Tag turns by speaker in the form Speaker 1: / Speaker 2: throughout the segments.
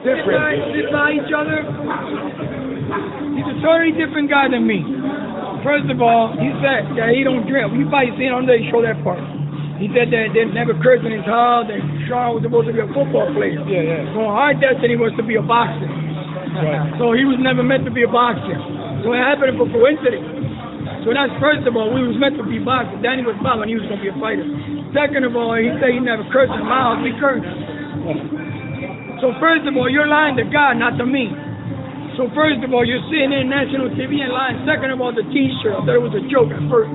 Speaker 1: Sit by,
Speaker 2: different.
Speaker 1: sit by each other. He's a totally different guy than me. First of all, he said that he don't drink. You probably seen on there, he show that part. He said that they never cursed in his house, that Sean was supposed to be a football player.
Speaker 2: Yeah, yeah.
Speaker 1: So our destiny was to be a boxer.
Speaker 2: Right.
Speaker 1: So he was never meant to be a boxer. So it happened for coincidence. So that's first of all, we was meant to be boxers. Danny was boxing, he was gonna be a fighter. Second of all, he said he never cursed in my house, we cursed. So first of all, you're lying to God, not to me. So first of all, you're sitting in national TV and lying. Second of all, the T-shirt, I thought it was a joke at first.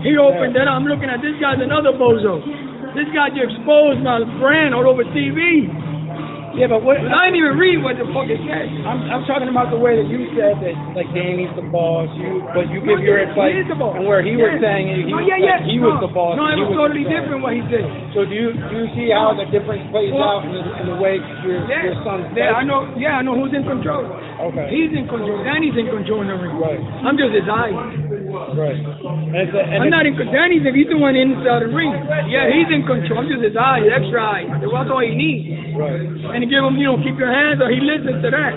Speaker 1: He opened it. I'm looking at this guy's another bozo. This guy just exposed my brand all over TV.
Speaker 2: Yeah, but what
Speaker 1: But I didn't even read what the fuck it said.
Speaker 2: I'm I'm talking about the way that you said that like Danny's the boss, you but you give your advice
Speaker 1: He is the boss.
Speaker 2: and where he was
Speaker 1: Yes.
Speaker 2: saying he,
Speaker 1: no, yeah, yeah.
Speaker 2: he
Speaker 1: no.
Speaker 2: was the boss.
Speaker 1: No, it
Speaker 2: he
Speaker 1: was
Speaker 2: the
Speaker 1: totally
Speaker 2: man.
Speaker 1: different what he said.
Speaker 2: So do you do you see how the difference plays
Speaker 1: Well-
Speaker 2: out in the, in the way your
Speaker 1: Yeah,
Speaker 2: your son's
Speaker 1: yeah, I
Speaker 2: thinking?
Speaker 1: know. Yeah, I know who's in control.
Speaker 2: Okay.
Speaker 1: He's in control. Danny's in control in the ring.
Speaker 2: Right.
Speaker 1: I'm just his eyes.
Speaker 2: Right. And it's a, and
Speaker 1: I'm
Speaker 2: it's,
Speaker 1: not in control. Danny's if he's the one inside the ring. Yeah, he's in control. I'm just his eyes, extra eyes. That's all he needs.
Speaker 2: right.
Speaker 1: And to give him, you know, keep your hands up. He listens to that.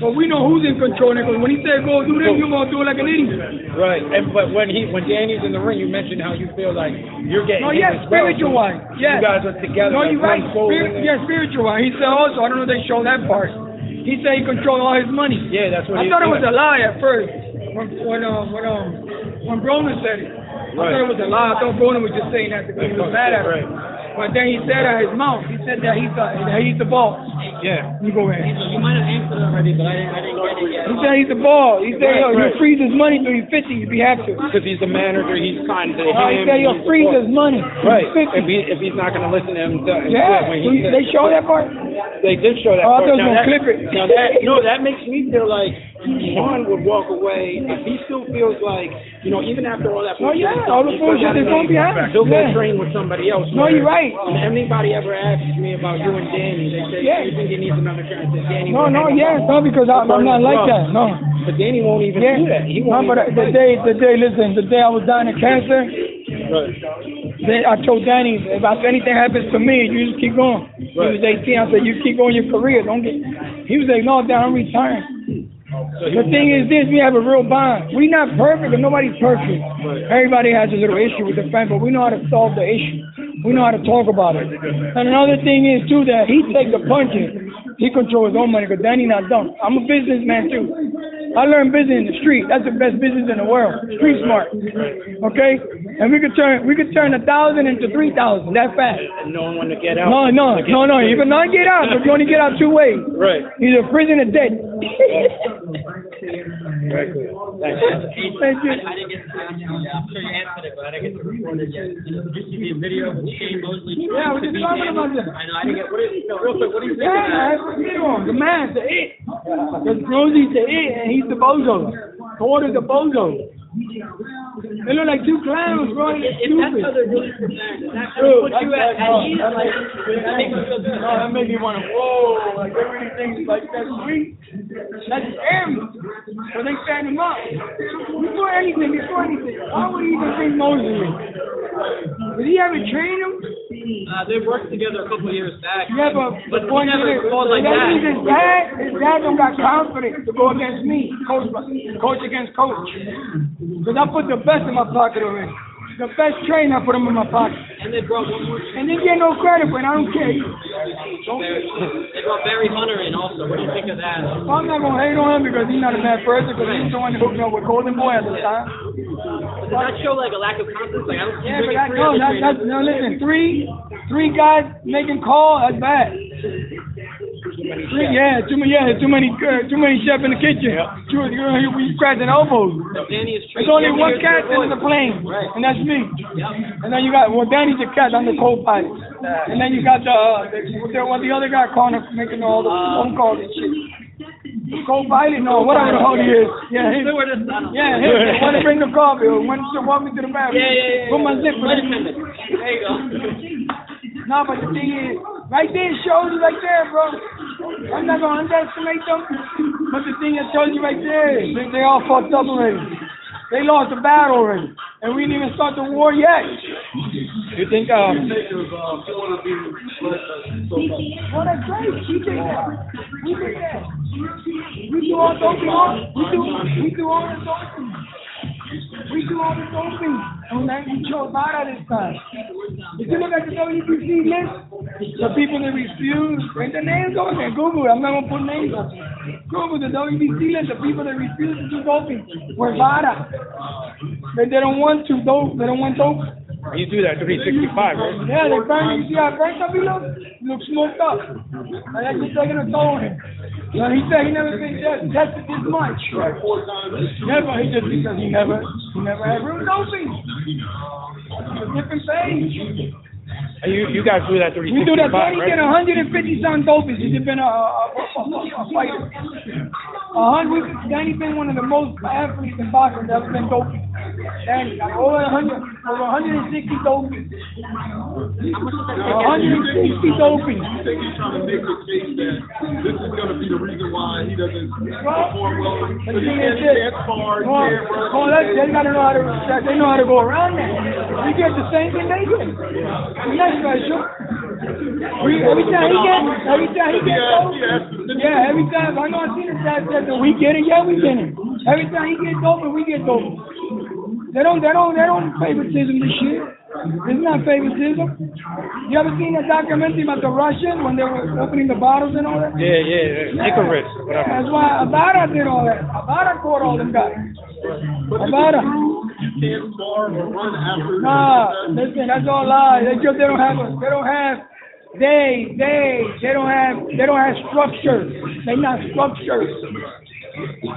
Speaker 1: But we know who's in control. Because when he said go do this, you're gonna do it like an idiot.
Speaker 2: Right, and but when he when Danny's in the ring, you mentioned how you feel like you're getting.
Speaker 1: No,
Speaker 2: hit
Speaker 1: yeah,
Speaker 2: as well.
Speaker 1: spiritual
Speaker 2: So
Speaker 1: one, yes.
Speaker 2: You guys are together.
Speaker 1: No,
Speaker 2: like
Speaker 1: you're
Speaker 2: one
Speaker 1: right.
Speaker 2: soul in
Speaker 1: Spirit,
Speaker 2: it.
Speaker 1: yeah, spiritual. one. He said also, I don't know if they show that part. He said he controlled all his money.
Speaker 2: Yeah, that's what
Speaker 1: I
Speaker 2: he
Speaker 1: thought it was a
Speaker 2: said.
Speaker 1: lie at first when when um when um when Broner said it. I
Speaker 2: Right.
Speaker 1: thought it was a lie. I thought Broner was just saying that because he was mad at him. But then he said out of his mouth, he said that he's the, that he's the boss.
Speaker 2: Yeah.
Speaker 1: You go ahead.
Speaker 3: You might have answered already, but I didn't, I didn't get it yet.
Speaker 1: He said he's the boss. He said,
Speaker 2: Right,
Speaker 1: yo, you
Speaker 2: right.
Speaker 1: freeze his money till he's 50 if you have to.
Speaker 2: Because he's the manager, he's kind to him.
Speaker 1: Uh, he said,
Speaker 2: he's
Speaker 1: yo,
Speaker 2: the
Speaker 1: freeze
Speaker 2: boss.
Speaker 1: his money.
Speaker 2: Right.
Speaker 1: till he's
Speaker 2: If
Speaker 1: 50.
Speaker 2: he if he's not going to listen to him, to,
Speaker 1: Yeah.
Speaker 2: when
Speaker 1: We-
Speaker 2: he said-
Speaker 1: They show that part?
Speaker 2: They did show that.
Speaker 1: Oh, I thought
Speaker 2: part.
Speaker 1: you
Speaker 2: Now
Speaker 1: was
Speaker 2: that-
Speaker 1: gonna clip it.
Speaker 2: Now that no, that makes me feel like Sean would walk away if he still feels like you know even after all that.
Speaker 1: Oh, yeah,
Speaker 2: bullshit,
Speaker 1: all the
Speaker 2: he still
Speaker 1: bullshit
Speaker 2: gotta
Speaker 1: that's gonna be
Speaker 2: train.
Speaker 1: happening.
Speaker 2: He'll go
Speaker 1: Yeah.
Speaker 2: train with somebody else.
Speaker 1: No, you're right.
Speaker 2: When anybody ever asks me about you and Danny, they say,
Speaker 1: Yeah.
Speaker 2: "You think he needs another chance?" And Danny
Speaker 1: No,
Speaker 2: won't
Speaker 1: no,
Speaker 2: hang
Speaker 1: yeah,
Speaker 2: up.
Speaker 1: no, because I, I'm not like that. No.
Speaker 2: But Danny won't even
Speaker 1: Yeah.
Speaker 2: do that. He
Speaker 1: No,
Speaker 2: won't.
Speaker 1: but
Speaker 2: even
Speaker 1: the
Speaker 2: fight.
Speaker 1: day, the day, listen, the day I was dying of cancer,
Speaker 2: Right.
Speaker 1: they, I told Danny, if I- if anything happens to me, you just keep going.
Speaker 2: Right.
Speaker 1: He was 18. I said, you keep going your career. Don't get. He was like, no, Dad, I'm retiring.
Speaker 2: So he
Speaker 1: The
Speaker 2: won't
Speaker 1: thing
Speaker 2: have
Speaker 1: is this, we have a real bond. we not perfect, and nobody's perfect. Everybody has a little issue with the friend, but we know how to solve the issue. We know how to talk about it. And another thing is too that he take the punches. He controls his own money because Danny not dumb. I'm a businessman too. I learned business in the street. That's the best business in the world. Street smart. Okay? And we could turn we could turn a thousand into three thousand that fast.
Speaker 2: no one to get out.
Speaker 1: No, no, no, no. You cannot get out, but you only get out two ways.
Speaker 2: Right.
Speaker 1: Either prison or dead.
Speaker 2: Exactly. Thanks.
Speaker 1: Thank you.
Speaker 3: I didn't get to, I'm I'm sure you answered it, but I didn't get to record it yet. And there used to be a video of Shane Mosley.
Speaker 1: Yeah, we
Speaker 3: trying to
Speaker 1: just
Speaker 3: beat
Speaker 1: talking
Speaker 3: Danny.
Speaker 1: about that.
Speaker 3: I know, I didn't get, what is, no, real quick, what do you think of that?
Speaker 1: Yeah, that's the one. The man's the it. Because Rosie's the it, and he's the bozo. Porter's the bozo. They look like two clowns, bro. They're
Speaker 3: If that's
Speaker 1: stupid.
Speaker 3: how they're doing it, does that kind of put you at, at ease? Like, I think you feel good.
Speaker 1: that made me want to, whoa, like everything thinks like that's sweet. That's scary. So they stand him up. Before anything, before anything, why would he even think Moses? Did he ever train him?
Speaker 3: Uh, they worked together a couple years back.
Speaker 1: Yeah, but
Speaker 3: But
Speaker 1: the
Speaker 3: he
Speaker 1: point
Speaker 3: never
Speaker 1: is,
Speaker 3: called like
Speaker 1: that
Speaker 3: that.
Speaker 1: means his dad, his dad don't got confidence to go against me, coach, coach against coach. Because I put the best in my pocket already. The best trainer, I put him in my pocket.
Speaker 3: And they brought one more,
Speaker 1: And they get no credit for it, I don't care.
Speaker 3: Barry, they brought Barry Hunter in also. What do you think of that?
Speaker 1: I'm not gonna hate on him because he's not a bad person, because he's the one that hooked me up with Golden Boy at the time.
Speaker 3: Does that show like a lack of confidence? Like, I don't see
Speaker 1: Yeah, but that,
Speaker 3: bringing three
Speaker 1: no,
Speaker 3: other
Speaker 1: that, that's,
Speaker 3: trainers.
Speaker 1: no, listen, three, three guys making call, that's bad. Three, yeah, too many, yeah, too many, uh, too many chefs in the kitchen. Too, you know, we scratching elbows.
Speaker 3: So Danny is
Speaker 1: There's
Speaker 3: trained.
Speaker 1: only
Speaker 3: He
Speaker 1: one
Speaker 3: hears
Speaker 1: cat
Speaker 3: their
Speaker 1: in the
Speaker 3: voice.
Speaker 1: plane,
Speaker 3: Right.
Speaker 1: and that's me.
Speaker 3: Yep.
Speaker 1: And then you got well, Danny's a cat. I'm the co-pilot. And then you got the uh, the, the, one- the other guy calling, up, making all the
Speaker 3: Uh,
Speaker 1: phone calls and shit. Co-pilot, no, whatever the hell he is. Yeah, him.
Speaker 3: Stewart is not.
Speaker 1: Yeah, him. The one to bring the coffee, or when to walk me to the bathroom.
Speaker 3: Yeah, yeah, yeah.
Speaker 1: Put my zipper.
Speaker 3: Flight
Speaker 1: in.
Speaker 3: attendant. There you go.
Speaker 1: No, but the thing is, right there it shows you right there, bro. I'm not gonna underestimate them, but the thing that shows you right there is that they all fucked up already. They lost the battle already, and we didn't even start the war yet.
Speaker 2: You think um
Speaker 1: Well, that's great. She did that. We did that. We do all those things. We do, we do all the those things. We do all the those things. And that we chose out of this time. If you look at the WBC list, the people that refuse, and the names on there, Google it. I'm not gonna put names up. Google the WBC list, the people that refuse to do doping were Vada. They, they don't want to dope, they don't want dope.
Speaker 2: you do that to be 65, right?
Speaker 1: Yeah, they burn, you see how burnt up he looks? Looks smoked up. And that's just taking a toll on him. You know, he said he never been test- tested this much. Never, he just, because he never, he never had real dosing. It's a different thing.
Speaker 2: You you guys do that to be
Speaker 1: We do that,
Speaker 2: 65,
Speaker 1: Tony
Speaker 2: right?
Speaker 1: did hundred and fifty some dopers, he's been a, a, a, a fighter. A hundred, Danny been one of the most athletes in boxing that's been doping. Danny, like over a hundred, over a hundred and sixty doping. A hundred and sixty doping.
Speaker 4: I think he's trying to make the case that this is gonna be the reason why he doesn't perform well.
Speaker 1: The thing is this,
Speaker 4: Hard,
Speaker 1: well,
Speaker 4: can't run.
Speaker 1: well, they, they gotta know how to, they know how to go around that. We get the same thing they get. We're not special. We, every time he gets, every time he gets doped, yeah, every time, I know I seen the guy said that we get it, yeah, we get it. Every time he gets doped, we get doped. They don't, they don't, they don't favoritism this year. It's not favoritism. You ever seen that documentary about the Russian when they were opening the bottles and all that?
Speaker 2: Yeah, yeah, yeah. Icarus, whatever.
Speaker 1: That's why Abara did all that. Abara caught all them guys. Abara.
Speaker 4: You can't starve or run after.
Speaker 1: Nah, listen, that's all lies. They just they don't have a, they don't have they they they don't have they don't have structure. They not structured.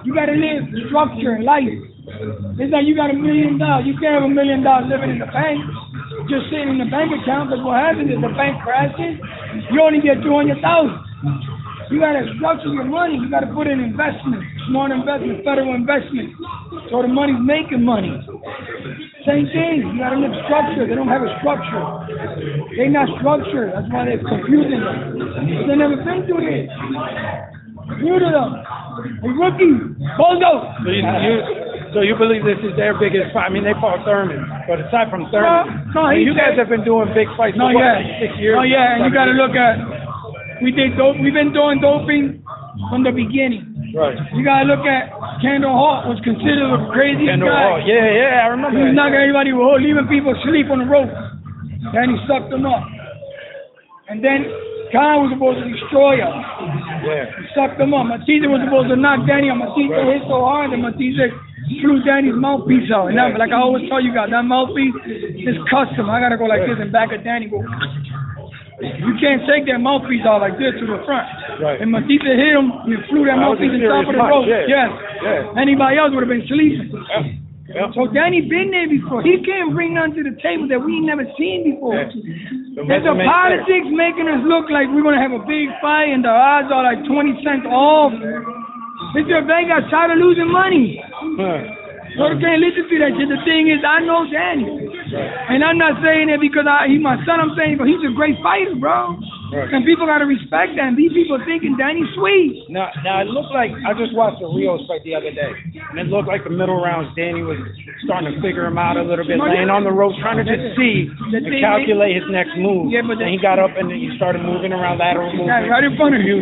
Speaker 1: You gotta live structure in life. It's like you got a million dollars. You can't have a million dollars living in the bank, just sitting in the bank account. Because what happens is the bank crashes. You only get two hundred thousand. You gotta structure your money. You gotta put in investments, smart investments, federal investments, so the money's making money. Same thing. You gotta live structure. They don't have a structure. They not structured. That's why they're confusing them. They never been through this. New to them. They rookie. Bozo.
Speaker 2: So you, you so you believe this is their biggest fight? I mean, they fought Thurman, but aside from Thurman,
Speaker 1: No, no,
Speaker 2: I mean,
Speaker 1: he-
Speaker 2: you guys have been doing big fights
Speaker 1: No,
Speaker 2: for what,
Speaker 1: yeah.
Speaker 2: six years.
Speaker 1: No, yeah. And you gotta
Speaker 2: Seven
Speaker 1: look at. We did dope. We've been doing doping from the beginning.
Speaker 2: years. right.
Speaker 1: You gotta look at Kendall Hart was considered the craziest
Speaker 2: Kendall
Speaker 1: guy.
Speaker 2: Hall. Yeah, yeah, I remember.
Speaker 1: He was
Speaker 2: that.
Speaker 1: knocking everybody with hold, leaving people asleep on the rope. Then he sucked them up. And then Khan was supposed to destroy us.
Speaker 2: Yeah.
Speaker 1: He sucked them up. Matisse was supposed to knock Danny out. Matisse hit so hard that Matisse threw Danny's mouthpiece out. And that, like I always tell you guys, that mouthpiece is custom. I gotta go like this and back at Danny. Go. You can't take that mouthpiece out like this to the front.
Speaker 2: Right.
Speaker 1: And Matisse hit him and flew that
Speaker 2: That was a
Speaker 1: mouthpiece on top
Speaker 2: serious
Speaker 1: of the rope.
Speaker 2: punch, yeah.
Speaker 1: Yes.
Speaker 2: Yeah.
Speaker 1: Anybody else would have been sleeping.
Speaker 2: Yeah. Yeah.
Speaker 1: So Danny been there before. He can't bring nothing to the table that we ain't never seen before.
Speaker 2: Yeah. The
Speaker 1: There's a
Speaker 2: resume's there.
Speaker 1: politics making us look like we're gonna have a big fight and the odds are like twenty cents off. Mr. Bank got tired of losing money.
Speaker 2: Huh.
Speaker 1: So they can't listen to that shit. The thing is, I know Danny, and I'm not saying that because I he my son. I'm saying, but he's a great fighter, bro.
Speaker 2: Right.
Speaker 1: And people gotta respect that. And these people thinking Danny's sweet.
Speaker 2: Now, now it looked like I just watched the Rios fight the other day, and it looked like the middle rounds. Danny was starting to figure him out a little bit,
Speaker 1: No, yeah.
Speaker 2: laying on the ropes, trying to just see
Speaker 1: The
Speaker 2: and
Speaker 1: thing is-
Speaker 2: calculate his next move.
Speaker 1: Yeah, but the-
Speaker 2: then he got up and then he started moving around lateral
Speaker 1: Yeah,
Speaker 2: movement.
Speaker 1: right in front of him.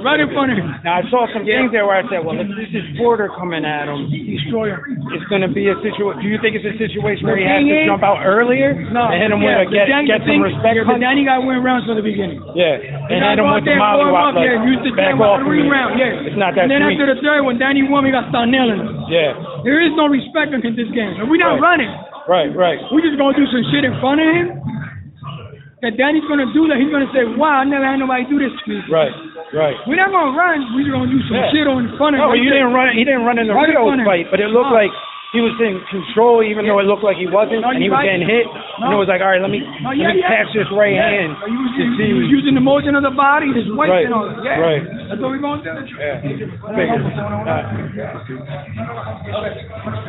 Speaker 1: Right in front of him.
Speaker 2: Now I saw some things there where I said, well, if this is Porter coming at him,
Speaker 1: Destroy him.
Speaker 2: it's going to be a situation. Do you think it's a situation where he
Speaker 1: The
Speaker 2: has
Speaker 1: thing
Speaker 2: to
Speaker 1: is-
Speaker 2: jump out earlier
Speaker 1: No.
Speaker 2: and hit him
Speaker 1: yeah,
Speaker 2: with a get
Speaker 1: Danny,
Speaker 2: get some
Speaker 1: thing-
Speaker 2: respect
Speaker 1: yeah, but
Speaker 2: punch?
Speaker 1: Danny got win rounds from the beginning.
Speaker 2: yeah, and hit him
Speaker 1: go out
Speaker 2: with the
Speaker 1: there,
Speaker 2: molly
Speaker 1: blow him
Speaker 2: wop,
Speaker 1: up, yeah, use the
Speaker 2: like, back
Speaker 1: jab,
Speaker 2: off
Speaker 1: three
Speaker 2: me.
Speaker 1: round, yeah.
Speaker 2: It's not that
Speaker 1: And then
Speaker 2: sweet.
Speaker 1: after the third one, Danny won, we got to start nailing him.
Speaker 2: yeah,
Speaker 1: There is no respect in this game. And we're not
Speaker 2: Right.
Speaker 1: running.
Speaker 2: right, right.
Speaker 1: we just going to do some shit in front of him. That Danny's going to do that. He's going to say, wow, I never had nobody do this to me.
Speaker 2: Right, right.
Speaker 1: We're not going to run. We're just going to do some
Speaker 2: Yeah.
Speaker 1: shit on in front of
Speaker 2: No,
Speaker 1: him.
Speaker 2: you didn't run. He didn't run in the
Speaker 1: Right in
Speaker 2: Rio
Speaker 1: front of him.
Speaker 2: fight, but it looked
Speaker 1: No.
Speaker 2: like he was in control, even though it looked like he wasn't,
Speaker 1: No,
Speaker 2: and he
Speaker 1: you're
Speaker 2: was
Speaker 1: right.
Speaker 2: getting hit. And it
Speaker 1: No.
Speaker 2: was like, all right, let me
Speaker 1: No,
Speaker 2: let
Speaker 1: Oh, yeah,
Speaker 2: me
Speaker 1: yeah.
Speaker 2: catch this right
Speaker 1: Yeah.
Speaker 2: hand.
Speaker 1: He was,
Speaker 2: to see
Speaker 1: he was using the motion of the body, his weight
Speaker 2: Right.
Speaker 1: and all that. Yeah.
Speaker 2: Right.
Speaker 1: That's what we're going to do.
Speaker 2: Yeah. Figured. All right.